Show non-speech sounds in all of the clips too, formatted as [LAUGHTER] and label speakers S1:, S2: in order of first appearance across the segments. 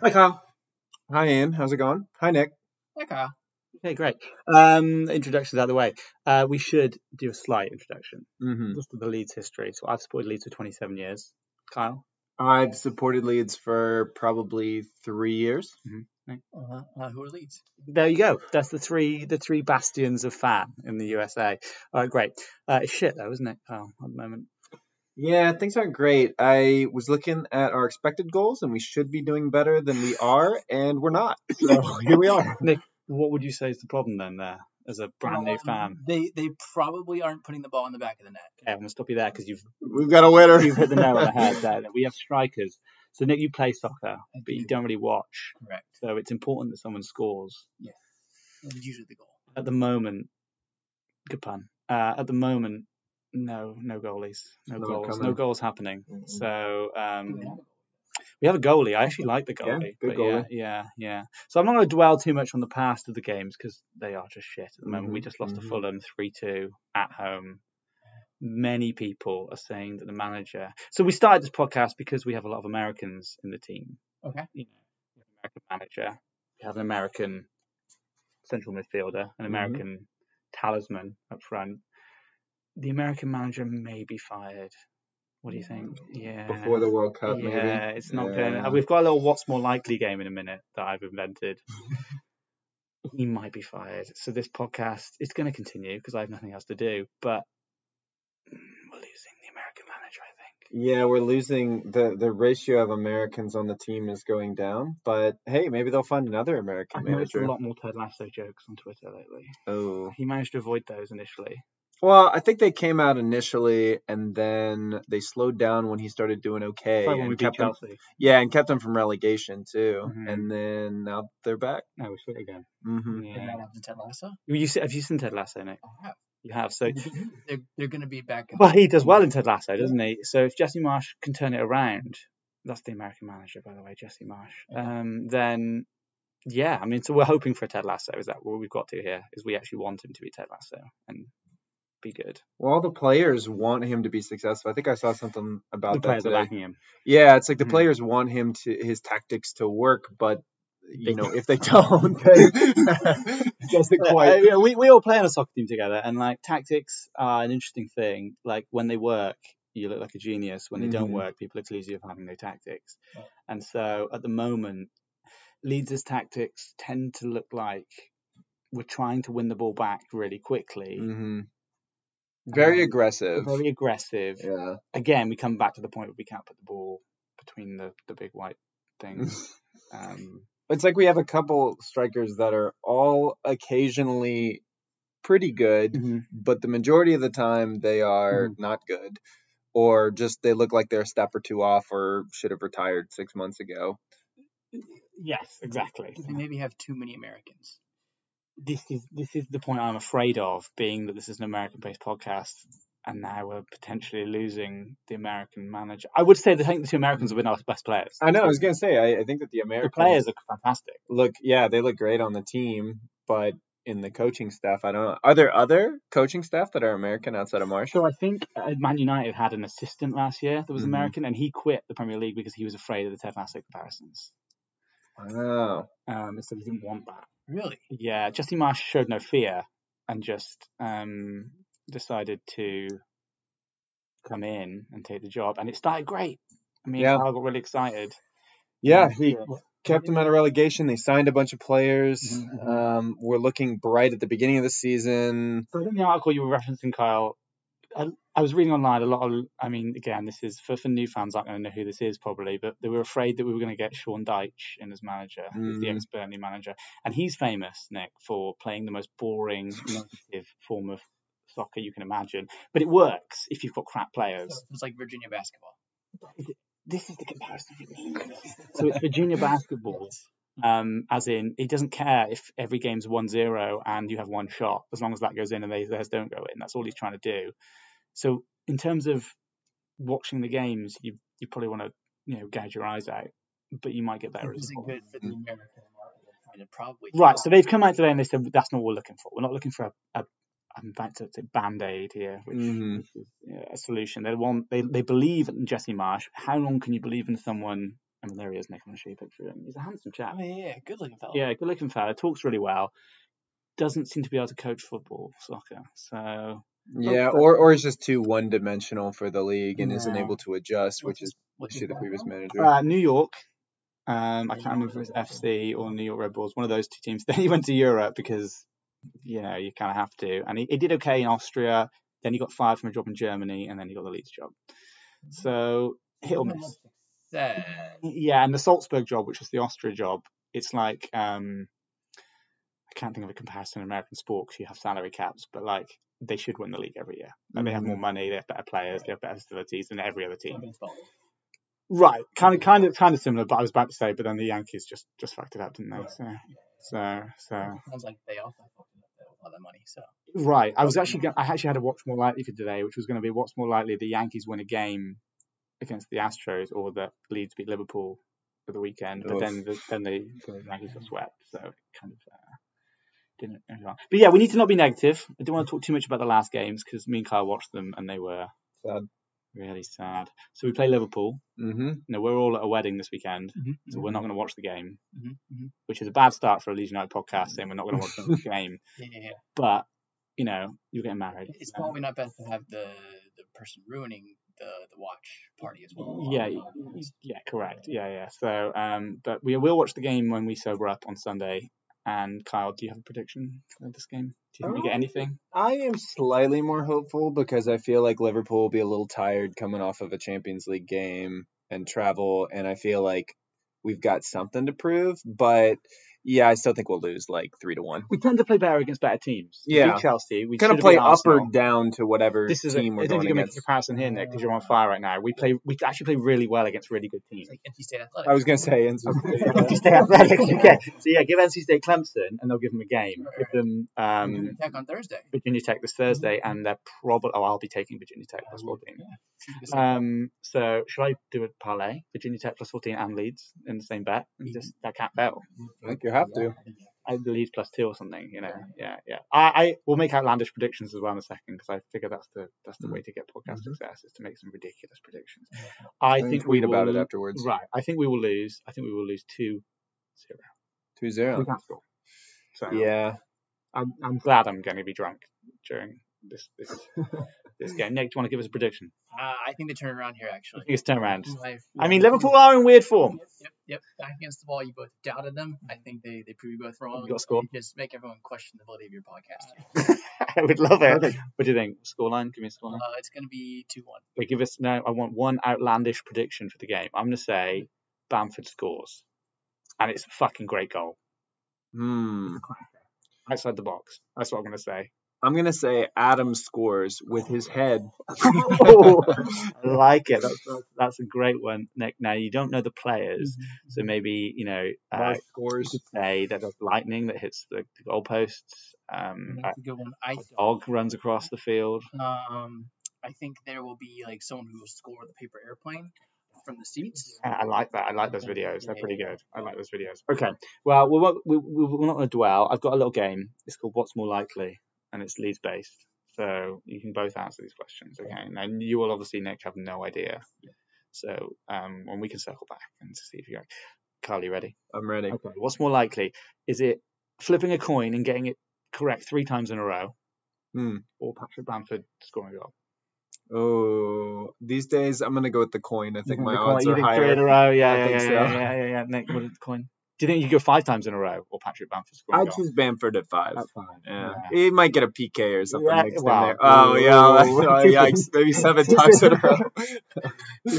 S1: Hi, Kyle.
S2: Hi, Ian. How's it going? Hi, Nick.
S1: Hi, Kyle. Okay, great. Um, introductions out of the way. Uh, we should do a slight introduction.
S2: Mm-hmm.
S1: Just of the Leeds history. So I've supported Leeds for 27 years. Kyle?
S2: I've supported Leeds for probably three years.
S1: Uh, who are Leeds? There you go. That's the three the three bastions of fan in the USA. All right, great. Uh, it's shit though, isn't it, Kyle? At the moment.
S2: Yeah, things aren't great. I was looking at our expected goals, and we should be doing better than we are, and we're not.
S1: [LAUGHS]
S2: So here we are.
S1: What would you say is the problem then there as a brand new
S3: Um,
S1: fan?
S3: They they probably aren't putting the ball in the back of the net.
S1: Okay, I'm gonna stop you there because [LAUGHS] you've
S2: We've got a winner.
S1: you've hit the
S2: [LAUGHS]
S1: nail on the head there. that We have strikers. So Nick, you play soccer,
S3: I
S1: but you
S3: do.
S1: don't really watch.
S3: Correct.
S1: So it's important that someone scores.
S3: Yes. And usually the goal.
S1: At the moment, good pun. Uh, at the moment, no, no goalies, no
S2: Not
S1: goals, no
S2: coming.
S1: goals happening.
S2: Mhm.
S1: So
S3: Do they
S1: um,
S3: have a goal?
S1: we have a goalie. I actually like the
S2: Yeah,
S1: goalie.
S2: good
S1: but Yeah,
S2: goalie.
S1: yeah, yeah. So I'm not going to dwell too much on the past of the games because they are just shit at the moment. We
S2: Mhm,
S1: just lost
S2: mhm.
S1: to Fulham three-two at home. Many people are saying that the manager. So we started this podcast because we have a lot of Americans in the team.
S3: Okay.
S1: You know, we have an American manager. We have an American central midfielder, an
S2: Mhm.
S1: American talisman up front. The American manager may be fired. What do you think? Yeah.
S2: Before the World Cup,
S1: yeah,
S2: maybe.
S1: it's not
S2: Yeah.
S1: going. We've got a little what's more likely game in a minute that I've invented. he might be fired, so this podcast it's going to continue because I have nothing else to do. But mm, we're losing the American manager, I think.
S2: Yeah, we're losing the the ratio of Americans on the team is going down. But hey, maybe they'll find another American
S1: I've noticed a
S2: manager.
S1: lot more Ted Lasso jokes on Twitter lately.
S2: Oh.
S1: He managed to avoid those initially.
S2: Well, I think they came out initially, and then they slowed down when he started doing okay,
S1: Probably when
S2: and
S1: we beat
S2: kept him
S1: Chelsea.
S2: Yeah, and kept them from relegation too.
S1: Mhm.
S2: And then now they're back.
S1: No, we should again.
S2: hmm
S3: Did
S1: Yeah.
S3: that happen to Ted Lasso?
S1: Well, You see, have you seen Ted Lasso, Nick?
S3: I have.
S1: You have.
S3: Mm-hmm.
S1: So
S3: They're they're gonna be back. in-
S1: Well, he does well in Ted Lasso, doesn't he? So if Jesse Marsh can turn it around, that's the American manager, by the way, Jesse Marsh. Um, then, yeah, I mean, so we're hoping for a Ted Lasso. Is that what we've got to here? Is we actually want him to be Ted Lasso and be good?
S2: Well, all the players want him to be successful. I think I saw something about
S1: the
S2: that
S1: players are
S2: today.
S1: backing him.
S2: Yeah, it's like the
S1: Mhm.
S2: players want him to his tactics to work, but
S1: They-
S2: you know if they [LAUGHS] don't, they it doesn't
S1: [LAUGHS] Uh,
S2: quite.
S1: yeah, we we all play on a soccer team together, and like tactics are an interesting thing. Like when they work, you look like a genius. When they don't
S2: Mhm.
S1: work, people accuse you of having no tactics.
S3: Right.
S1: And so at the moment, Leeds' tactics tend to look like we're trying to win the ball back really quickly,
S2: hmm Very
S1: Um,
S2: aggressive.
S1: very aggressive.
S2: Yeah.
S1: Again, we come back to the point where we can't put the ball between the the big white things. um,
S2: It's like we have a couple strikers that are all occasionally pretty good, but the majority of the time they are not good or just they look like they're a step or two off or should have retired six months ago
S1: Yes, exactly.
S3: They maybe have too many Americans.
S1: this is this is the point I'm afraid of, being that this is an American-based podcast, and now we're potentially losing the American manager. I would say that I think the two Americans have been our best players.
S2: i know i was going to say I, I think that the american
S1: the players are fantastic.
S2: look yeah they look great on the team but in the coaching staff i don't know are there other coaching staff that are american outside of marshall
S1: So I think uh, Man United had an assistant last year that was
S2: Mhm.
S1: American, and he quit the Premier League because he was afraid of the Ted Lasso comparisons.
S2: wow
S1: Um, so he didn't want that.
S3: Really?
S1: Yeah, Jesse Marsh showed no fear and just um, decided to come in and take the job, and it started great. I mean,
S2: Yeah.
S1: I got really excited.
S2: yeah
S1: And,
S2: he
S1: uh,
S2: kept them out of relegation they signed a bunch of players
S1: Mhm.
S2: um, we're looking bright at the beginning of the season
S1: So in the article you were referencing, Kyle, I, I was reading online a lot of. I mean, again, this is for, for new fans aren't going to know who this is probably, but they were afraid that we were going to get Sean Dyche in as manager, who's the
S2: Mm.
S1: ex Burnley manager, and he's famous, Nick, for playing the most boring, negative form of soccer you can imagine. But it works if you've got crap
S3: So
S1: players.
S3: it's like Virginia basketball.
S1: This is the comparison you need. so it's Virginia basketball. Um, as in, he doesn't care if every game's 1-0 and you have one shot, as long as that goes in and they, theirs don't go in. That's all he's trying to do. So in terms of watching the games, you you probably want to you know gouge your eyes out, but you might get better
S3: It isn't
S1: results.
S3: good for the American market. They're trying to probably
S1: Right. So they've come out today and they said that's not what we're looking for. We're not looking for a, a I'm about to say band aid here, which
S2: Mhm.
S1: which is you know, a solution. They want they they believe in Jesse Marsh. How long can you believe in someone I mean, there he is, Nick. I'm going to show you a picture of him. He's a handsome chap.
S3: Oh, yeah, good looking fella.
S1: Yeah, good looking fella. Talks really well. Doesn't seem to be able to coach football, soccer. So
S2: Yeah, or or is just too one dimensional for the league and isn't
S1: Yeah.
S2: able to adjust, which
S3: Which
S2: is
S3: is what
S2: should the previous manager.
S1: uh, New York. Um, I can't remember if it was FC or New York Red Bulls, one of those two teams. [LAUGHS] Then he went to Europe because you know you kind of have to, and he, he did okay in Austria. Then he got fired from a job in Germany, and then he got the Leeds job. So hit or miss.
S3: Sad.
S1: Yeah, and the Salzburg job, which was the Austria job, it's like um, I can't think of a comparison in American sport 'cause you have salary caps, but like they should win the league every year. And they have more money, they have better players, they have better facilities than every other team. Right, kind of, kind of, kind of similar. But I was about to say, but then the Yankees just just fucked it up, didn't they? So, so, so.
S3: Sounds like they also fucked it up there with all that money. So
S1: Right, I was actually, go- I actually had a watch more likely for today, which was going to be what's more likely the Yankees win a game against the Astros or that Leeds beat Liverpool for the weekend. But
S2: Oof.
S1: then, the, then the, the Yankees got swept, so it kind of. Uh, didn't end well. But yeah, we need to not be negative. I don't want to talk too much about the last games because me and Kyle watched them and they were
S2: Sad.
S1: really sad. So we play Liverpool.
S2: Mm-hmm.
S1: No, we're all at a wedding this weekend, so
S3: Mm-hmm,
S1: we're not going to watch the game. which is a bad start for a Legion United podcast, saying we're not going to watch [LAUGHS] the game.
S3: yeah, yeah, yeah.
S1: But, you know, you're getting married.
S3: It's
S1: Uh,
S3: probably not best to have the the person ruining the the watch party as well. Um,
S1: yeah, y- yeah, correct. Yeah, yeah. So, um, but we will watch the game when we sober up on Sunday. And Kyle, do you have a prediction for this game? Do you think we get
S2: Um,
S1: anything?
S2: I am slightly more hopeful because I feel like Liverpool will be a little tired coming off of a Champions League game and travel, and I feel like we've got something to prove. But yeah, I still think we'll lose like three to one.
S1: We tend to play better against better teams.
S2: We Yeah.
S1: beat
S2: beat
S1: Chelsea. We
S2: Kind of play up or down to whatever
S1: This is a, I
S2: team
S1: don't
S2: we're
S1: think
S2: going
S1: you can make a
S2: against.
S1: comparison here, Nick, because you're on fire right now. We play, we actually play really well against really good teams.
S3: It's like NC State Athletics.
S2: I was gonna say, and
S1: [LAUGHS] NC State Athletic, okay. So yeah, give NC State Clemson, and they'll give them a game. Give them
S3: We're gonna
S1: um,
S3: attack on Thursday.
S1: Virginia Tech this Thursday, and they're probably. Oh, I'll be taking Virginia Tech plus fourteen.
S3: Uh,
S1: Um, so shall I do a parlay? Virginia Tech plus fourteen and Leeds in the same bet. And Just that can't fail.
S2: I think you have to.
S1: I Leeds plus two or something. You know, yeah, yeah. I, I will make outlandish predictions as well in a second because I figure that's the that's
S2: Mm.
S1: the way to get podcast success is to make some ridiculous predictions. I
S2: And
S1: think we
S2: Mm-hmm. tweet about it
S1: will-
S2: afterwards.
S1: Right. I think we will lose. I think we will lose two zero.
S2: Two
S1: We
S2: zero.
S1: can't score. So
S2: Yeah,
S1: I'm I'm glad I'm going to be drunk during this this this game. Nick, do you want to give us a prediction?
S3: Uh, I think they turn around here actually.
S1: biggest turnaround.
S3: My-
S1: I mean,
S3: yeah.
S1: Liverpool are in weird form.
S3: Yep, Yep, yep. Back against the wall, you both doubted them. I think they they prove you both wrong.
S1: We got a score.
S3: You Just make everyone question the validity of your podcast.
S1: [LAUGHS] I would love it. What do you think? Scoreline? Give me a scoreline.
S3: Uh, it's gonna be two one.
S1: They give us no. I want one outlandish prediction for the game. I'm gonna say Bamford scores, and it's a fucking great goal
S2: hmm.
S1: outside the box. That's what I'm gonna say.
S2: I'm gonna say Adam scores with his head.
S1: [LAUGHS] I like it. That's, that's, that's a great one, Nick. Now you don't know the players, so maybe you know. Uh,
S2: Mark scores.
S1: say that there's lightning that hits the, the goalposts. Um, a
S3: That's a good one. I
S1: dog runs across the field.
S3: um I think there will be like someone who will score the paper airplane from the seats.
S1: I I like that. I like those videos. They're pretty good. I like those videos. Okay. Well, we won't, we, we, we're not going to dwell. I've got a little game. It's called What's More Likely, and it's Leeds based. So you can both answer these questions. Okay. Now, you will obviously, Nick, have no idea. So um, when we can circle back and see if you're. Carly, ready?
S2: I'm ready.
S1: Okay. What's more likely? Is it flipping a coin and getting it correct three times in a row,
S2: Hmm.
S1: or Patrick Bamford scoring a goal?
S2: Oh, these days I'm gonna go with the coin. I think
S1: Mhm.
S2: my
S1: The coin-
S2: odds
S1: you
S2: are
S1: think
S2: higher.
S1: Three in a row, yeah,
S2: I
S1: yeah,
S2: think
S1: yeah,
S2: so.
S1: yeah, yeah, yeah, yeah. Nick, what is the coin? Do you think you go five times in a row, or Patrick Bamford scoring a
S2: I
S1: goal?
S2: choose Bamford at five.
S1: At five,
S2: Yeah.
S1: yeah.
S2: he might get a PK or something
S1: Yeah,
S2: mixed
S1: wow.
S2: in there. Oh yeah, that's, oh,
S1: [LAUGHS]
S2: yikes! Maybe seven times in a row.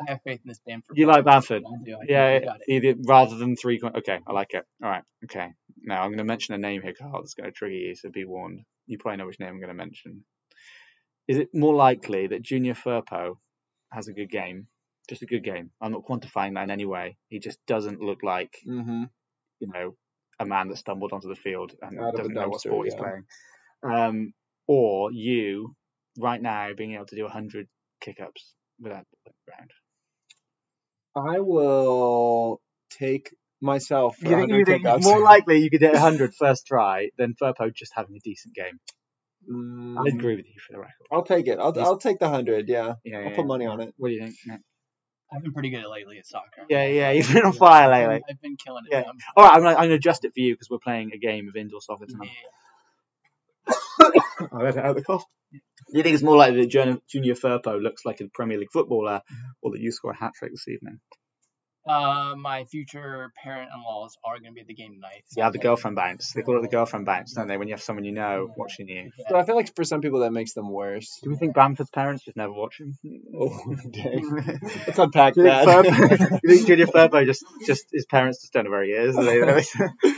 S3: I have faith in this Bamford.
S1: You like Bamford?
S3: I do. I think
S1: Yeah,
S3: they got it.
S1: either, rather than three coin. Okay, I like it. All right, okay. Now I'm going to mention a name here, Carl. That's going to trigger you, so be warned. You probably know which name I'm going to mention. Is it more likely that Junior Furpo has a good game? Just a good game. I'm not quantifying that in any way. He just doesn't look like
S2: mm-hmm.
S1: you know, a man that stumbled onto the field and
S2: Out of a
S1: doesn't know what
S2: dumpster,
S1: sport he's
S2: yeah.
S1: playing. Um, or you, right now, being able to do 100 kick ups without the ground.
S2: I will take myself. For
S1: You think,
S2: 100
S1: you think
S2: kick-offs.
S1: more likely you could get 100 first try than Furpo just having a decent game?
S2: Mm,
S1: I agree with you for the record.
S2: I'll take it. I'll
S1: Yes.
S2: I'll take the hundred. Yeah,
S1: Yeah,
S2: I'll put money on it.
S1: What do you think? Nick?
S3: I've been pretty good lately at soccer.
S1: Yeah, [LAUGHS] yeah, you've been on
S3: I've
S1: fire
S3: been-
S1: lately.
S3: I've been killing it.
S1: Yeah.
S3: I'm-
S1: All right, I'm gonna, I'm gonna adjust it for you because we're playing a game of indoor soccer
S3: yeah.
S1: tonight. I let it out of the cough. Do you think it's more likely that Jun- Junior Furpo looks like a Premier League footballer or that you score a hat trick this evening?
S3: Uh, my future parent-in-laws are gonna be at the game tonight.
S1: Yeah, the girlfriend bounce. They call it the girlfriend bounce, don't they, when you have someone you know watching you?
S2: So I feel like for some people that makes them worse.
S1: Do we think Bamford's parents just never watch him?
S2: [LAUGHS] Oh,
S1: Do
S2: dang.
S1: you think,
S2: Let's unpack
S1: Uh, [LAUGHS]
S2: that.
S1: Furbo, you think Junior Furbo just, just his parents just don't know where he is? They- [LAUGHS] they-
S2: [LAUGHS]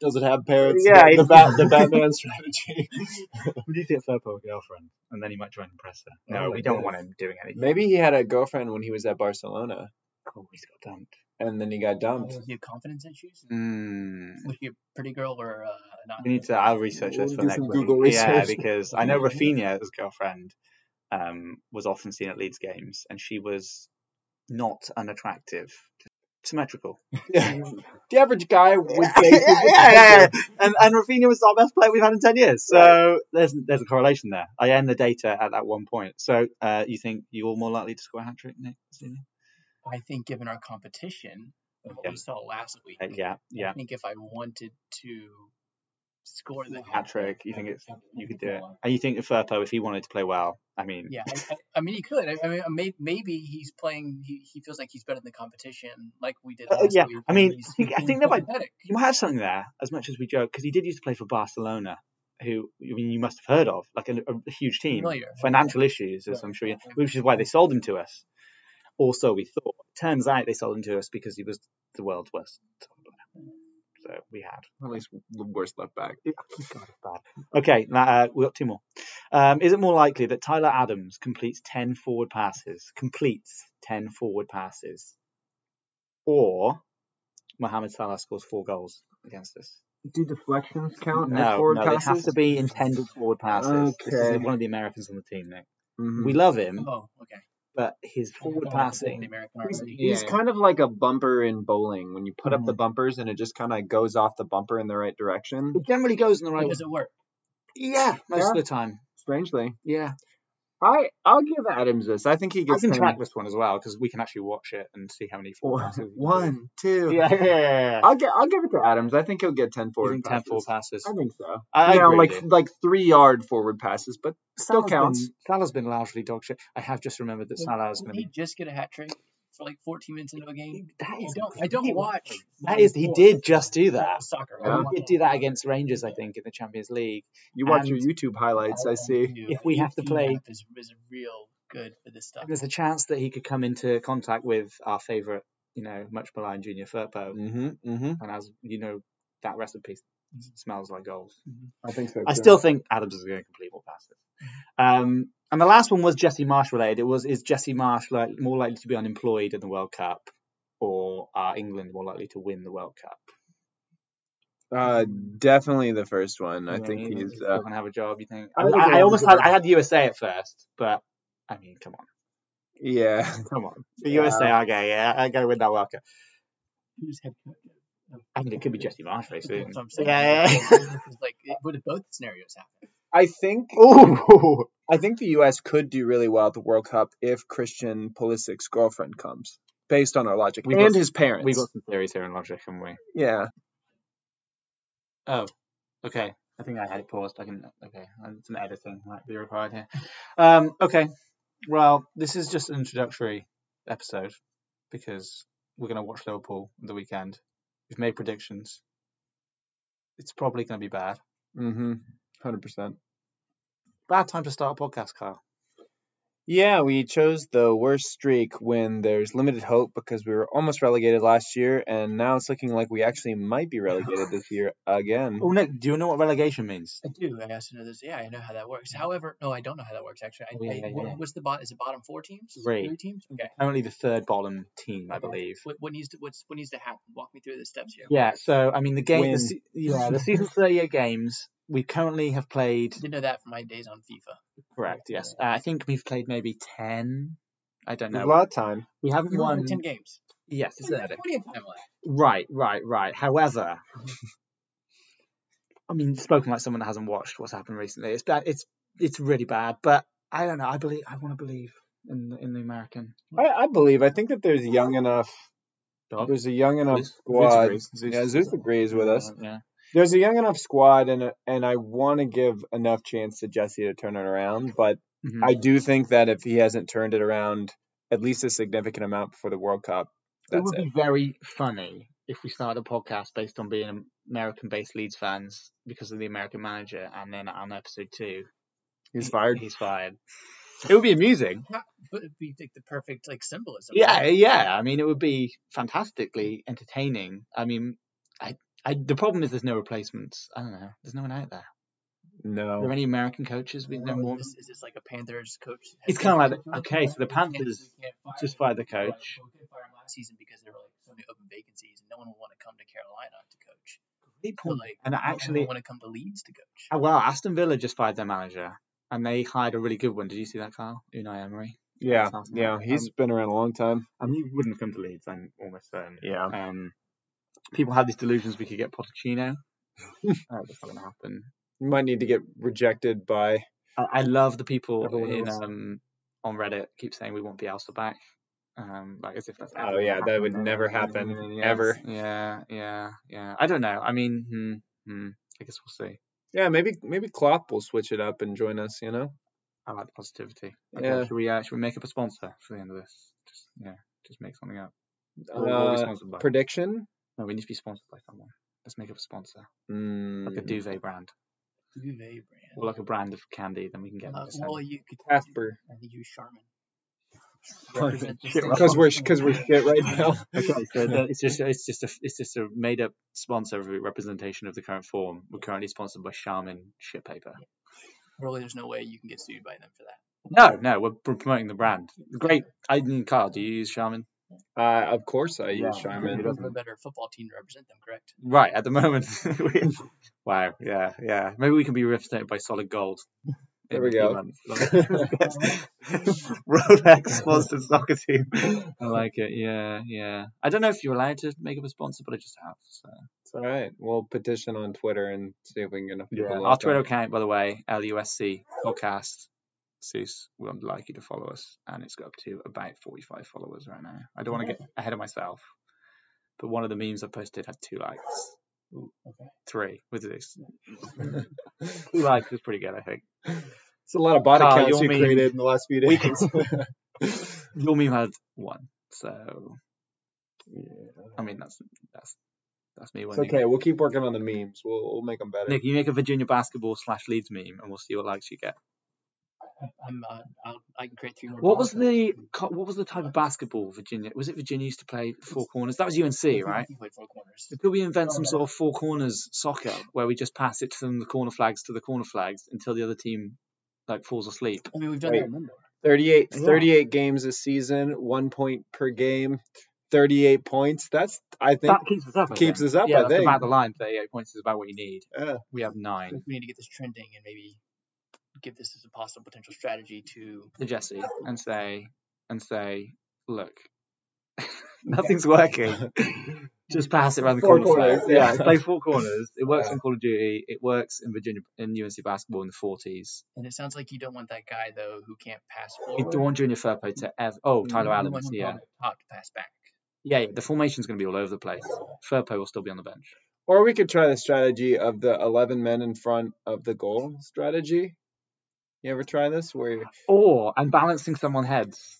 S2: Does it have parents?
S1: Yeah,
S2: the, the, [LAUGHS]
S1: it's-
S2: Bat, the Batman strategy.
S1: Would you think Furbo a girlfriend? And then he might try and impress her. No,
S2: Oh my
S1: we don't
S2: goodness.
S1: want him doing anything.
S2: Maybe he had a girlfriend when he was at Barcelona,
S1: Oh, he's got dumped.
S2: and then he got dumped.
S3: uh,
S2: [LAUGHS]
S3: Do you have confidence issues?
S1: Mm.
S3: Would you be a pretty girl or uh, not?
S1: We need to. I'll research this
S2: We'll
S1: for
S2: do
S1: next
S2: some
S1: week.
S2: Google
S1: Yeah,
S2: research.
S1: because I know Rafinha's girlfriend um, was often seen at Leeds games, and she was not unattractive, symmetrical.
S2: the average [LAUGHS] guy
S1: [LAUGHS]
S2: would say.
S1: And and Rafinha was our best player we've had in ten years. So there's there's a correlation there. I end the data at that one point. So uh, you think you're more likely to score a hat trick next? season?
S3: I think given our competition, and what
S1: Yeah.
S3: we saw last week,
S1: Uh, yeah,
S3: I
S1: yeah.
S3: think if I wanted to score the
S1: Hat trick. You think it's you could do it, and you think if Firpo, if he wanted to play well, I mean,
S3: Yeah, I, I, I mean, he could. I, I mean, may, maybe he's playing. He, he feels like he's better than the competition, like we did.
S1: Uh,
S3: Last
S1: yeah,
S3: week,
S1: I
S3: and
S1: mean,
S3: he's-
S1: I think-
S3: he's
S1: I
S3: being
S1: think that might-
S3: pathetic.
S1: you might have something there, as much as we joke, because he did used to play for Barcelona, who I mean, you must have heard of, like a, a huge team.
S3: Familiar.
S1: Financial issues, as
S3: Yeah.
S1: I'm sure you which is why they sold him to us. Also, we thought, turns out they sold him to us because he was the world's worst soccer player. So we had.
S2: At least the worst left back.
S1: God, it's bad. Okay, now, uh, we've got two more. Um, is it more likely that Tyler Adams completes 10 forward passes, completes 10 forward passes, or Mohamed Salah scores four goals against us?
S2: Do deflections count
S1: No, no, they have to be intended forward passes. This is
S2: Okay.
S1: one of the Americans on the team, Nick.
S2: Mhm.
S1: We love him,
S3: Oh, okay.
S1: but his Mm-hmm.
S3: Oh,
S1: forward
S3: The
S1: passing.
S3: American
S2: He's,
S3: already.
S2: he's
S1: Yeah.
S2: kind of like a bumper in bowling. When you put up the
S1: Mhm.
S2: bumpers and it just kind of goes off the bumper in the right direction.
S1: It generally goes in the right.
S3: Does it work?
S1: Yeah, most of
S2: Yeah.
S1: the time.
S2: Strangely,
S1: Yeah,
S2: I I'll give Adams this. I think he
S1: I
S2: gets
S1: can
S2: 10.
S1: track this one as well because we can actually watch it and see how many forward
S2: one,
S1: passes. he completed.
S2: one, two.
S1: Yeah, yeah, [LAUGHS] yeah, yeah. yeah.
S2: I'll get I'll give it to Adams. I think he'll get ten
S1: You
S2: forward
S1: think ten
S2: passes.
S1: forward passes?
S2: I think so.
S1: I, I
S2: you know,
S1: agree
S2: like
S1: with you.
S2: like three yard forward passes, but still
S1: Salah's
S2: counts.
S1: Been, Salah's been largely dog shit. I have just remembered that Salah is
S3: Didn't
S1: going to
S3: he
S1: be.
S3: just get a hat trick for like 14 minutes into a game?
S1: That
S3: I
S1: is.
S3: don't. I don't watch.
S1: That is. He did just do that.
S3: Soccer. I
S2: Yeah.
S3: don't
S1: He did
S3: watch
S1: do that
S3: soccer.
S1: against Rangers, I think, in the Champions League.
S2: You watch your
S1: And-
S2: YouTube highlights. I see.
S3: do.
S1: If we have to
S3: YouTube
S1: play-
S3: app is, is real good for this stuff.
S1: And there's a chance that he could come into contact with our favourite, you know, much maligned Junior Furpo.
S2: Mm-hmm. Mm-hmm.
S1: And as you know, that recipe smells like goals.
S2: I think so.
S1: I still think Adams is going to complete more passes.
S2: Mm-hmm.
S1: Um, and the last one was Jesse Marsh related. It was is Jesse Marsh like more likely to be unemployed in the World Cup, or are England more likely to win the World Cup?
S2: Uh, definitely the first one. I
S1: You know,
S2: think
S1: you
S2: he's.
S1: still
S2: Uh,
S1: gonna have a job. You think? I,
S2: I think
S1: I, I
S2: England's
S1: almost had
S2: gonna-
S1: I had USA at first, but I mean, come on,
S2: yeah.
S1: come on, the
S2: Yeah.
S1: USA. I go, yeah, I go win that World Cup.
S3: Who's head coach?
S1: I mean, it could be Jesse Marsh very soon.
S3: That's what I'm saying.
S1: Yeah, yeah, yeah.
S3: This is like, it- would both scenarios happen?
S2: I think
S1: [LAUGHS] Ooh.
S2: I think the U.S. could do really well at the World Cup if Christian Pulisic's girlfriend comes, based on our logic,
S1: We
S2: and
S1: got-
S2: his parents.
S1: We've got some theories here in logic, haven't we?
S2: yeah.
S1: Oh, okay. I think I had it paused. I can, okay. and Some editing might be required here. Um, okay. Well, this is just an introductory episode because we're going to watch Liverpool on the weekend. We've made predictions. It's probably going to be bad.
S2: Mm-hmm. Hundred percent.
S1: Bad time to start a podcast, Kyle.
S2: Yeah, we chose the worst streak when there's limited hope because we were almost relegated last year, and now it's looking like we actually might be relegated this year again.
S1: Oh, Nick, do you know what relegation means?
S3: I do. I also know this. Yeah, I know how that works. However, no, I don't know how that works. Actually, I,
S1: Oh, yeah,
S3: I-
S1: yeah,
S3: what-
S1: yeah.
S3: what's the bot? Is it bottom four teams?
S1: Three.
S3: teams. Okay.
S1: Only the third bottom team, I believe.
S3: What, what needs to what's what needs to happen? Walk me through the steps here.
S1: Yeah. So I mean, the game. The
S2: Win.
S1: se-
S2: [LAUGHS]
S1: yeah, the season thirty-eight games. We currently have played
S3: Didn't know that from my days on FIFA.
S1: Correct. Yes. Uh, I think we've played maybe ten. I don't
S2: There's
S1: know.
S2: a lot of time.
S1: We haven't
S3: You only
S1: won.
S3: played ten games.
S1: Yes, it's
S3: There's
S1: early.
S3: plenty of time left.
S1: Right, right, right.
S2: [LAUGHS]
S1: However, I mean, spoken like someone that hasn't watched what's happened recently. It's bad. It's it's really bad. But I don't know. I believe. I want to believe. in the, in the American.
S2: I, I believe. I think that there's young enough.
S1: Dog?
S2: There's a young enough
S1: Zeus- Zeus
S2: squad.
S1: agrees. Zeus-
S2: yeah, Zeus agrees with us.
S1: Yeah.
S2: There's a young enough squad, and and I want to give enough chance to Jesse to turn it around. But
S1: Mhm.
S2: I do think that if he hasn't turned it around at least a significant amount before the World Cup,
S1: it
S2: that's
S1: would
S2: it.
S1: be very funny if we started a podcast based on being American-based Leeds fans because of the American manager, and then on episode two,
S2: He's fired.
S1: he's fired. It would be amusing.
S3: But it'd be like the perfect like symbolism.
S1: Yeah,
S3: right?
S1: yeah. I mean, it would be fantastically entertaining. I mean, I, I the problem is there's no replacements. I don't know. There's no one out there. Are there
S2: No.
S1: any American coaches? We
S3: Or
S1: no more.
S3: Is, is this like a Panthers coach?
S1: It's
S3: head
S1: kinda
S3: coach
S1: like-
S3: coach?
S1: okay, so the
S3: We can't- we
S1: Panthers
S3: can't fire
S1: just
S3: him.
S1: fired the
S3: We couldn't
S1: coach.
S3: fire- We couldn't fire him last season because there were like so many open vacancies, and no one would want to come to Carolina to coach. So, like,
S1: And
S3: no one would
S1: actually,
S3: want to come to Leeds to coach.
S1: oh, well, Aston Villa just fired their manager, and they hired a really good one. Did you see that, Kyle? Unai Emery.
S2: Yeah.
S1: Sounds like-
S2: Yeah. He's
S1: um,
S2: been around a long time.
S1: and he wouldn't have come to Leeds. I'm almost certain.
S2: Yeah.
S1: Um, people had these delusions we could get [LAUGHS] Pochettino. that was not going to happen.
S2: You might need to get rejected by.
S1: I, I love the people
S2: Everyone
S1: in,
S2: else.
S1: um, on Reddit keep saying we want Bielsa back. Um, like as if that's
S2: Oh, yeah, that would never happen, ever.
S1: Yeah, yeah, yeah. I don't know. I mean, hmm, hmm, I guess we'll see.
S2: Yeah. Maybe maybe Klopp will switch it up and join us. You know.
S1: I like the positivity.
S2: Yeah.
S1: yeah. Should we uh, should we make up a sponsor for the end of this? Just yeah, just make something up. Or we'll be
S2: Uh,
S1: sponsored by-
S2: prediction.
S1: no, we need to be sponsored by someone. Let's make up a sponsor, like a
S2: Mm,
S1: duvet brand
S3: Duvet brand.
S1: or like a brand of candy. Then we can get.
S3: Uh,
S1: them to send.
S3: well, you could
S2: Casper.
S3: I think you
S1: [LAUGHS]
S3: Charmin.
S1: Right.
S3: Represent the
S1: Shit, [LAUGHS]
S3: same-
S2: Because we're because we're shit right now.
S1: Okay,
S2: [LAUGHS]
S1: so the- it's just it's just a it's just a made up sponsor of a representation of the current form. We're currently sponsored by Charmin shit paper.
S3: Really, there's no way you can get sued by them for that.
S1: No, no, we're, we're promoting the brand. Great, I and Carl, do you use Charmin?
S2: Uh, of course I use
S3: Who
S1: Yeah, I mean,
S2: Charmin.
S3: does
S1: doesn't-
S3: the better football team to represent them, correct?
S1: Right at the moment. [LAUGHS] we- wow, yeah, yeah. Maybe we can be represented by Solid Gold. in
S2: There we
S1: a few
S2: go.
S1: months. [LAUGHS] Rolex sponsored soccer
S2: [LAUGHS]
S1: team. I like it. Yeah, yeah. I don't know if you're allowed to make up a sponsor, but I just have. So.
S2: It's all right. We'll petition on Twitter and see if we can get enough people.
S1: Our
S2: to
S1: Twitter account, by the way, LUSC podcast. Seuss, we would like you to follow us, and it's got up to about 45 followers right now. I don't want to get ahead of myself, but one of the memes I posted had two likes.
S3: okay.
S1: Three with this.
S2: [LAUGHS]
S1: two likes is pretty good, I think.
S2: It's a lot of body
S1: Kyle,
S2: counts
S1: you'll
S2: you
S1: mean-
S2: created in the last few
S1: We
S2: days. [LAUGHS]
S1: Your meme had one, so I mean that's that's that's me
S2: It's
S1: winning.
S2: okay. We'll keep working on the memes. We'll we'll make them better.
S1: Nick, you make a Virginia basketball slash Leeds meme, and we'll see what likes you get.
S3: I'm, uh, I'll, I can create three more.
S1: What was
S3: balls.
S1: the co- what was the type of basketball Virginia? Was it Virginia used to play four corners? That was
S3: I
S1: UNC,
S3: think
S1: right?
S3: we played four corners.
S1: Could we invent some sort of four corners soccer where we just pass it from the corner flags to the corner flags until the other team like falls asleep?
S3: I mean, we've done
S2: Wait.
S3: that. Remember?
S2: 38,
S1: Yeah.
S2: 38 games a season, one point per game, 38 points. That's, I think,
S1: that keeps us up. I
S2: keeps
S1: think.
S2: us up,
S1: Yeah,
S2: I
S1: that's
S2: think.
S1: about the line. Thirty-eight points is about what you need.
S2: uh,
S1: We have nine.
S3: We need to get this trending and maybe give this as a possible potential strategy to.
S1: to Jesse and say and say, look, [LAUGHS] nothing's working.
S2: [LAUGHS]
S1: Just pass it around the
S2: Four
S1: corner. flag."
S2: corners,
S1: Yeah,
S2: yeah.
S1: play four corners. It works
S2: Yeah.
S1: in Call of Duty. It works in Virginia in UNC basketball in the forties.
S3: And it sounds like you don't want that guy though who can't pass
S1: You
S3: forward.
S1: don't want Junior Furpo
S2: Mm-hmm.
S1: to ever. Oh, Tyler
S3: You
S1: Adams.
S3: want him
S1: Yeah.
S3: on the top to pass back.
S1: yeah, yeah. The formation's going to be all over the place. Furpo will still be on the bench.
S2: or we could try the strategy of the 11 men in front of the goal strategy. You ever try this where you're
S1: Or I'm balancing someone heads.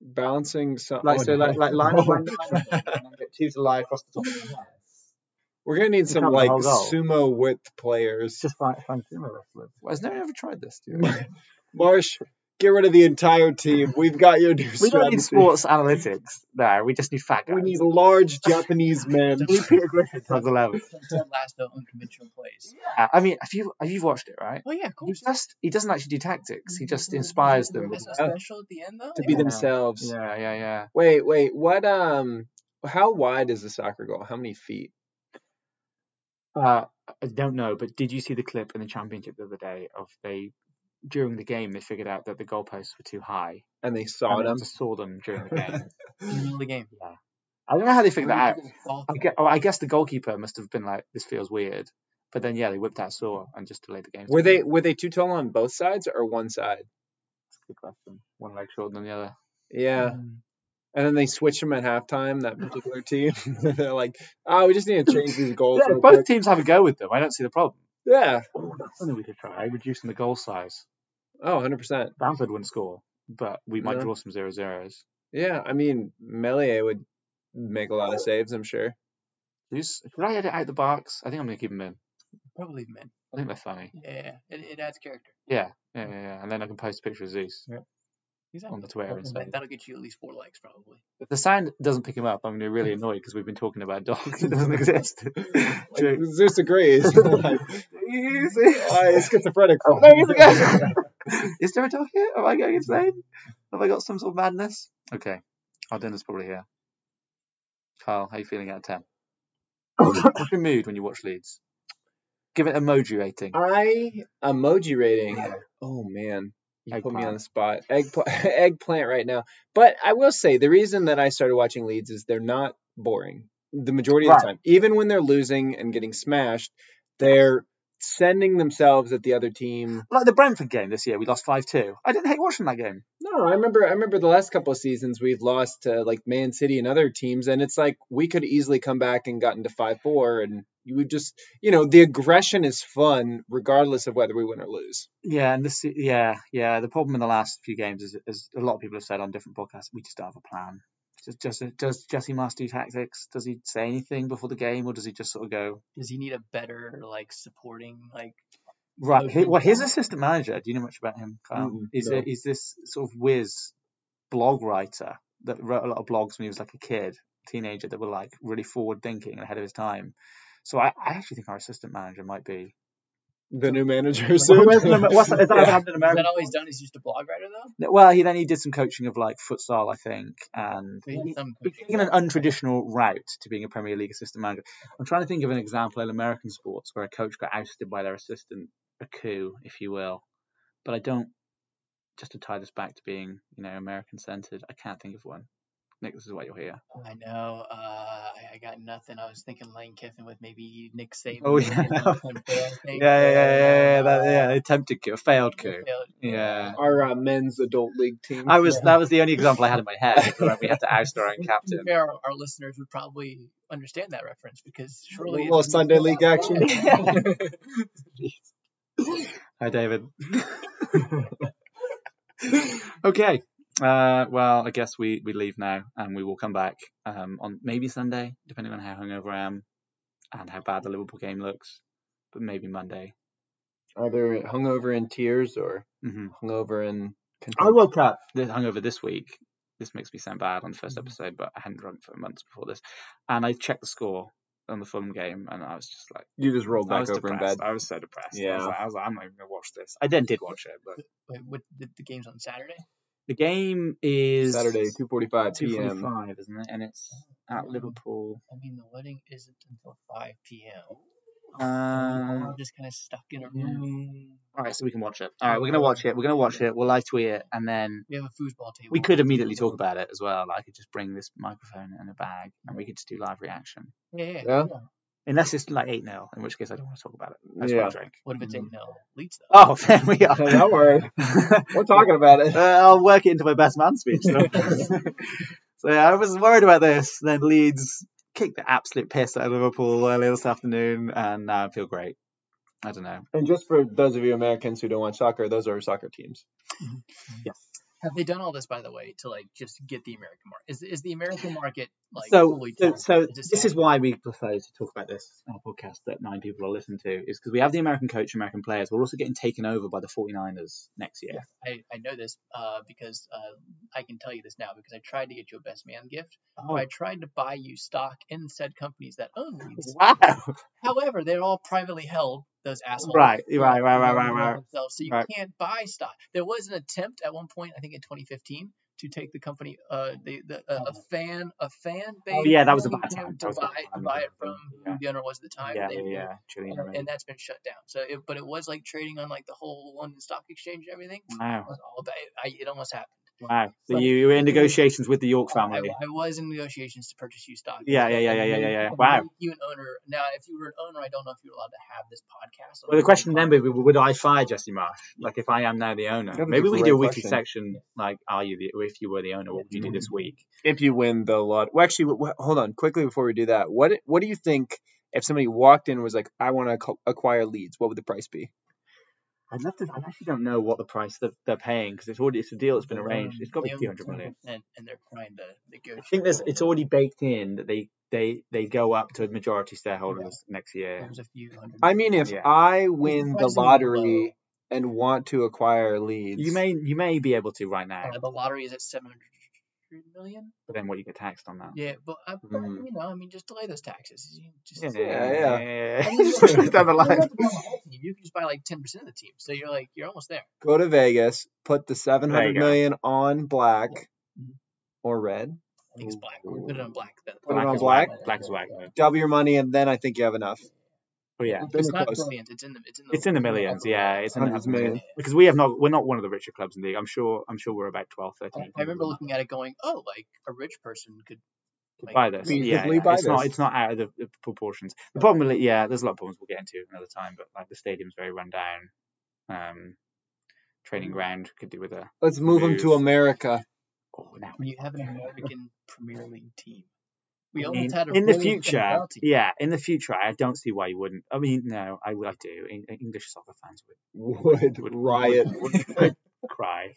S2: balancing some?
S1: Like
S2: oh,
S1: so,
S2: no. [LAUGHS]
S1: like like line up, line up, line up, and then get two to lie across the top of their heads.
S2: We're going to need some
S1: cover the
S2: like
S1: whole goal.
S2: sumo width players.
S1: Just like Frank Zimmer wrestlers. Why has no one ever tried this, dude?
S2: Marsh, get rid of the entire team. We've got your new
S1: We don't
S2: strategy.
S1: need sports analytics. No, we just need fat guys.
S2: We need large
S1: [LAUGHS]
S2: Japanese men.
S1: We need Peter Griffin times eleven.
S3: Sometimes last though unconventional plays.
S1: Uh, I mean, have you have you watched it, right?
S3: Oh yeah, of
S1: He
S3: course. Mm-hmm.
S1: just he doesn't actually do tactics. He just inspires
S3: [LAUGHS]
S1: them.
S3: That's
S1: With,
S3: not
S2: Oh.
S3: special at the end though.
S2: to be
S1: Yeah.
S2: themselves.
S1: yeah, yeah, yeah.
S2: Wait, wait. What? Um, how wide is the soccer goal? How many feet?
S1: Uh, I don't know, but did you see the clip in the championship the other day of they during the game they figured out that the goalposts were too high.
S2: And they
S1: and
S2: saw
S1: they
S2: them.
S1: Just saw them during the game.
S3: In the middle of the game.
S1: [LAUGHS] I don't know how they figured that out.
S3: [LAUGHS] Ball
S1: I guess, oh, I guess the goalkeeper must have been like, "This feels weird," but then yeah, they whipped out saw and just delayed the game.
S2: Were they were they too tall on both sides or one side?
S1: the question. One leg shorter than the other.
S2: Yeah.
S3: Um,
S2: And then they switch them at halftime,
S1: [LAUGHS]
S2: that particular team. [LAUGHS] They're like, oh, we just need to change these goals.
S1: Yeah,
S2: real
S1: both
S2: quick."
S1: teams have a go with them. I don't see the problem.
S2: yeah.
S1: Oh, that's something we could try. Reducing the goal size.
S2: Oh, 100%.
S1: Bamford wouldn't score, but we might
S2: No.
S1: draw some zero zeros.
S2: Yeah. I mean, Melee would make a lot of saves, I'm sure.
S1: Who's, should I edit out the barks? I think I'm going to keep them in.
S3: probably men.
S1: I think they're funny.
S3: Yeah, it, it adds character.
S1: Yeah, yeah, yeah, yeah. And then I can post a picture of Zeus
S3: Exactly.
S1: on the Twitter and say,
S3: That, that'll get you at least four likes, probably.
S1: if the sound doesn't pick him up, I'm going to be [LAUGHS] really annoyed because we've been talking about dogs. [LAUGHS] It doesn't exist. [LAUGHS]
S2: Like, [LAUGHS] Zeus agrees. Like, "Ah, he's schizophrenic.
S1: Oh, there is a guy. Is there a dog here? Am I going insane? Have I got some sort of madness? Okay, our dinner's probably here. Carl, how are you feeling out of 10? What's your mood when you watch Leeds? Give it an emoji rating.
S2: I emoji rating. Oh man, you put me
S1: Eggplant.
S2: on the spot. Eggplant, [LAUGHS] eggplant right now. But I will say the reason that I started watching Leeds is they're not boring the majority of the time. Even when they're losing and getting smashed, they're sending themselves at the other team.
S1: Like the Brentford game this year, we lost 5 2. I didn't hate watching that game.
S2: No, I remember. I remember the last couple of seasons we've lost to like Man City and other teams, and it's like we could easily come back and gotten to five four, and you would just, you know, the aggression is fun regardless of whether we win or lose.
S1: Yeah, and this, yeah, yeah. The problem in the last few games is, is a lot of people have said on different podcasts, we just don't have a plan. Just, just, does Jesse Mars do tactics? Does he say anything before the game, or does he just sort of go,
S3: Does he need a better like supporting like?
S1: Right. He,
S3: Local
S1: well, his assistant manager. Do you know much about him, Kyle?
S2: Mm-mm,
S1: he's,
S2: no.
S1: a, he's this sort of whiz blog writer that wrote a lot of blogs when he was like a kid, teenager, that were like really forward thinking and ahead of his time. So I, I actually think our assistant manager might be.
S2: the new manager
S1: [LAUGHS] What's
S2: soon.
S1: that- what's that- is that
S2: Yeah.
S1: happened in
S3: Is
S1: America?
S3: that all he's done? Is just a blog writer though.
S1: Well, he then he did some coaching of like futsal, I think, and
S3: He had
S1: he-
S3: some
S1: he's
S3: coaching.
S1: taken an untraditional route to being a Premier League assistant manager. I'm trying to think of an example in American sports where a coach got ousted by their assistant, a coup, if you will. But I don't. Just to tie this back to being, you know, American centered, I can't think of one. Nick, this is why you're here.
S3: I know. Uh, I, I got nothing. I was thinking Lane Kiffin with maybe Nick Saban.
S1: Oh,
S3: or
S1: yeah, I know.
S3: something, but I think, uh,
S1: attempted coup, a failed
S3: failed.
S1: Yeah.
S2: [LAUGHS] Our uh, men's adult league team.
S1: I was that was the only example I had in my head when we had to oust our own
S3: To be
S1: captain.
S3: fair, our, our listeners would probably understand that reference because surely
S2: little
S3: it's-
S2: Sunday league action.
S1: Hi, David. okay. Uh, well, I guess we, we leave now and we will come back um, on maybe Sunday, depending on how hungover I am and how bad the Liverpool game looks, but maybe Monday.
S2: Either hungover in tears or
S1: hmm
S2: hungover in.
S1: I woke up Mm-hmm. the hungover this week. This makes me sound bad on the 1st episode, but I hadn't drunk for months before this. And I checked the score on the Fulham game and I was just like,
S2: You just rolled
S1: I
S2: back
S1: was
S2: over
S1: depressed.
S2: in bed.
S1: I was so depressed. I was
S2: Yeah.
S1: like, I was like, I'm not even going to watch this. I then did watch it, but
S3: Wait, what, the, the game's on Saturday.
S1: the game is
S2: Saturday, 2:45
S1: two forty
S2: p.m.
S1: five, isn't it? And it's at Liverpool.
S3: I mean, the wedding isn't until 5 p.m.
S1: Uh,
S3: I'm just kind of stuck in a
S1: yeah.
S3: room.
S1: all right, so we can watch it. All right, we're gonna watch it. We're gonna watch it. We'll live tweet it, and then
S3: We have a foosball table.
S1: we could immediately talk about it as well. I could just bring this microphone and a bag, and we could just do live reaction.
S3: Yeah, yeah.
S2: Yeah.
S1: Unless it's like eight 0 in which case I don't want to talk about it. I just
S2: Yeah.
S1: want to drink.
S3: What if it's
S2: Mhm.
S3: 8 no Leeds though?
S1: Mm. Oh, [LAUGHS] there we
S2: Don't
S1: are.
S2: worry,
S1: [LAUGHS]
S2: we're talking about it.
S1: Uh, I'll work it into my best man speech. though. [LAUGHS] so yeah, I was worried about this. Then Leeds kicked the absolute piss out of Liverpool earlier this afternoon, and now I feel great. I don't know.
S2: And just for those of you Americans who don't watch soccer, those are our soccer teams.
S3: Have they done all this, by the way, to like just get the American market? Is is the American market like
S1: so,
S3: fully
S1: so,
S3: done?
S1: so
S3: it just
S1: this
S3: sounds
S1: is why we prefer to talk about this on a podcast that nine people will listen to, is because we have the American coach, American players. We're also getting taken over by the 49ers next year.
S3: I, I know this uh, because uh, I can tell you this now because I tried to get you a best man gift.
S1: Oh,
S3: I tried to buy you stock in said companies that own Leeds. [LAUGHS]
S1: wow. [LAUGHS]
S3: However, they're all privately held. Those assholes.
S1: Right,
S3: They
S1: right,
S3: all
S1: right, right,
S3: own
S1: right,
S3: them
S1: right.
S3: Themselves, so you
S1: Right.
S3: can't buy stock. There was an attempt at one point, I think in 2015, to take the company, uh, the, the uh, a fan, a fan base.
S1: Oh, yeah, that was a
S3: company
S1: bad time. That
S3: To
S1: was a
S3: buy,
S1: bad
S3: to
S1: time.
S3: buy it from
S1: Yeah.
S3: who the owner was at the time.
S1: yeah,
S3: They-
S1: yeah, yeah. Chilena,
S3: And,
S1: maybe.
S3: and that's been shut down. So, it, but it was like trading on like the whole London Stock Exchange and everything. It
S1: Wow.
S3: was all about. I, it almost happened.
S1: Wow. So
S3: But-
S1: you, you were in negotiations with the York
S3: I-
S1: family.
S3: I, was in negotiations to purchase you stock.
S1: Yeah, yeah, yeah, yeah, yeah, yeah, yeah. Wow.
S3: You an owner now? If you were an owner, I don't know if you're allowed to have this podcast. on
S1: Well, the
S3: your
S1: question then
S3: podcast.
S1: would be, would I fire Jesse Marsh? Like, if I am now the owner,
S2: That would be
S1: maybe
S2: a
S1: we
S2: great
S1: do a weekly
S2: question.
S1: section. Like, are you the, if you were the owner, what would you do this week?
S2: if you win the lot. Well, actually, wh- wh- hold on quickly before we do that. What what do you think if somebody walked in and was like, "I want to acquire leads"? What would the price be?
S1: I'd love to. I actually don't know what the price that they're paying because it's already it's a deal that's been
S3: Um,
S1: arranged. It's got to be
S3: Liam,
S1: two hundred million.
S3: and and they're trying to
S1: I
S3: negotiate.
S1: think there's it's already baked in that they they they go up to a majority shareholders next year.
S3: There's a few hundred.
S2: I mean, if
S1: Yeah.
S2: I win the
S3: pricing is
S2: lottery and want to acquire leads,
S1: You may you may be able to right now,
S3: uh, the lottery is at seven hundred million.
S1: but then what do you get taxed on that?
S3: Yeah, but, I, but
S2: Mm.
S3: you know, I mean, just delay those taxes. You just
S2: Yeah,
S1: Mm-hmm. yeah. [LAUGHS]
S3: yeah.
S1: Down the
S3: You don't
S1: line.
S3: have to buy the whole team. You can just buy like ten percent of the team, so you're like you're almost there.
S2: go to Vegas, put the seven
S1: There you
S2: hundred
S1: go.
S2: million on black
S1: Mm-hmm.
S3: Mhm.
S2: or red,
S3: I think it's black. We put it on black. Then.
S2: Put it on
S1: is
S2: black?
S1: white. Black is white. yeah.
S2: double your money, and then I think you have enough.
S1: But yeah,
S2: Then
S3: It's
S2: you're
S3: not
S2: close.
S3: billions. It's in the it's in the
S1: it's in the millions. Yeah, it's in the
S2: Hundreds of millions.
S1: because we have not we're not one of the richer clubs in the league. I'm sure I'm sure we're about 12, 13.
S3: I remember looking at it going, oh, like a rich person could like,
S1: buy this. Yeah,
S2: feasibly
S1: yeah.
S2: buy
S1: it's not
S2: this.
S1: it's not out of the, the proportions. The problem with it, yeah, there's a lot of problems we'll get into another time, but like the stadium's very run down. Um,
S3: Mm.
S1: training ground could do with a
S2: Let's move them to
S1: Move.
S2: America.
S1: oh now
S3: When you have
S1: [LAUGHS]
S3: an American Premier League team, we
S1: Oh, in,
S3: almost had a
S1: in the
S3: really good
S1: future,
S3: penalty.
S1: yeah, in the future, I don't see why you wouldn't. I mean, no, I, I do. En- English soccer fans would
S2: Would
S1: would
S2: riot.
S1: [LAUGHS] would, would
S2: [LAUGHS]
S1: cry.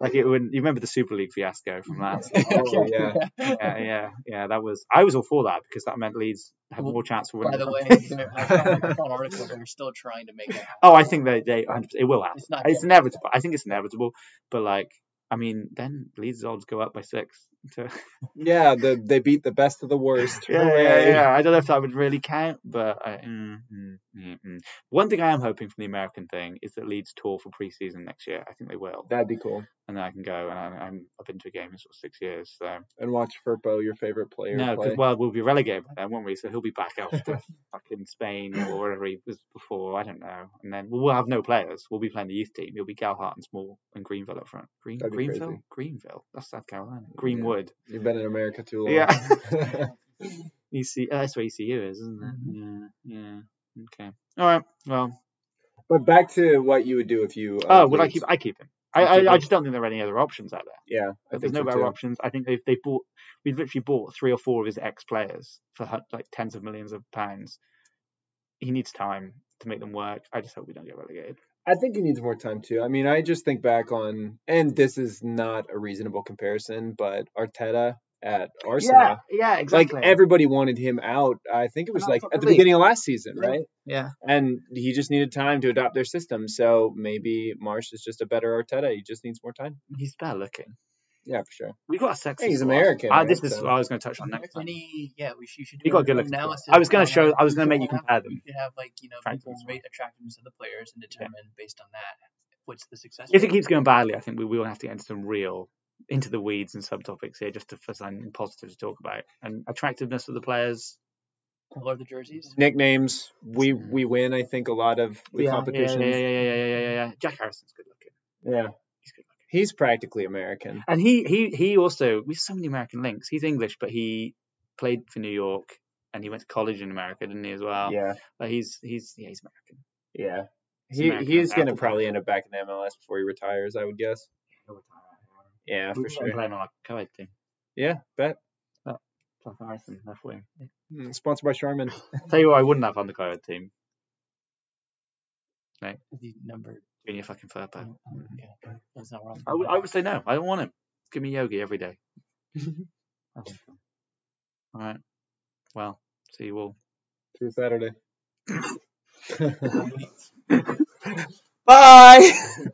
S1: like it wouldn't. You remember the Super League fiasco from that?
S2: Oh, yeah.
S1: yeah, yeah, yeah. That was I was all for that because that meant Leeds had
S3: Well,
S1: more chance [LAUGHS] for winning.
S3: [LAUGHS] By the
S1: the
S3: way,
S1: competition.
S3: there- I found I found an article they're still trying to make
S1: [LAUGHS]
S3: it happen.
S1: oh, I think they they 100% it
S3: [LAUGHS]
S1: will happen.
S3: It's not
S1: It's
S3: gonna-
S1: inevitable. I think it's inevitable. But like, I mean, then Leeds odds go up by six. To,
S2: Yeah, the, they beat the best of the worst.
S1: yeah, yeah,
S2: Hooray.
S1: yeah. I don't know if that would really count, but I, mm, mm, mm, mm. one thing I am hoping from the American thing is that Leeds tour for preseason next year. I think they will,
S2: That'd be cool.
S1: and then I can go. And I, I'm I've been to a game in sort of six years, so.
S2: And watch Furpo, your favorite player,
S1: No,
S2: play.
S1: because well, we'll be relegated by then, won't we? So he'll be back elsewhere, [LAUGHS] back in Spain or wherever he was before. I don't know. And then we'll, we'll have no players. We'll be playing the youth team. It'll be Galhart and Small and Greenville up front. Green,
S2: That'd be
S1: Greenville,
S2: crazy.
S1: Greenville. That's South Carolina. Greenwood.
S2: You've been in America too long. [LAUGHS]
S1: Yeah. [LAUGHS] EC. Uh, that's where ECU is, isn't it?
S2: Mm-hmm.
S1: Yeah. Yeah. Okay. All right. Well.
S2: but back to what you would do if you. Uh,
S1: Oh, would I
S2: lose.
S1: keep? I keep him. I,
S2: You keep
S1: I, I
S2: him?
S1: just don't think there are any other options out there.
S2: Yeah, I
S1: Like, there's
S2: think
S1: no
S2: so
S1: better
S2: too.
S1: options. I think they've they bought we've literally bought three or four of his ex players for hun- like tens of millions of pounds. He needs time to make them work. I just hope we don't get relegated.
S2: I think he needs more time too. I mean, I just think back on, and this is not a reasonable comparison, but Arteta at Arsenal.
S1: yeah,
S2: Like everybody wanted him out. I think it was
S1: Not
S2: like
S1: from
S2: at
S1: the
S2: the
S1: league.
S2: beginning of last season, right?
S1: yeah.
S2: And he just needed time to adopt their system. So maybe Marsh is just a better Arteta. He just needs more time.
S1: He's better looking.
S2: Yeah, for sure.
S1: We got a sexy.
S2: Hey, he's
S1: squad.
S2: American,
S1: Ah, this
S2: right?
S1: is
S2: So-
S1: what I was going to touch on next. Time.
S3: Any, yeah, we should, you should do
S1: You got
S3: an
S1: good looking. squad.
S3: analysis
S1: I was going
S3: on
S1: to show.
S3: that.
S1: I was going to
S3: You
S1: make you
S3: should have-
S1: compare them.
S3: You should have like you know
S1: Try and
S3: people's
S1: compare.
S3: rate attractiveness of the players and determine based on that what's the success.
S1: If it
S3: rate.
S1: keeps going badly, I think we will have to get into some real into the weeds and subtopics here just to for something positive to talk about and attractiveness of the players.
S3: color the jerseys.
S2: Nicknames. We we win. I think a lot of the
S1: yeah,
S2: competitions.
S1: Yeah, yeah, yeah, yeah, yeah, yeah, yeah, yeah. Jack Harrison's good looking.
S2: Yeah.
S1: He's good looking.
S2: He's practically American.
S1: And he he he also we have so many American links. He's English, but he played for New York and he went to college in America, didn't he as well?
S2: Yeah.
S1: But he's he's yeah he's American.
S2: Yeah.
S1: He's
S2: He
S1: American
S2: he's
S1: at
S2: gonna
S1: the
S2: probably end up back in MLS before he retires, I would guess. Yeah,
S1: We've
S2: for
S1: got him
S2: sure.
S1: Playing on our co-ed team.
S2: Yeah, bet.
S1: Jack Harrison, left wing.
S2: Mm, Sponsored by Charmin.
S1: Tell you what, I wouldn't have on the co-ed team.
S3: The number.
S1: Junior fucking
S2: Mm.
S1: Furpo.
S3: Yeah, that's not wrong.
S1: mm, I would I would say no. I don't want him. Give me Yogi
S2: [LAUGHS]
S1: every day. all right. Well, see you all.
S2: Through [LAUGHS] Saturday.
S1: Bye.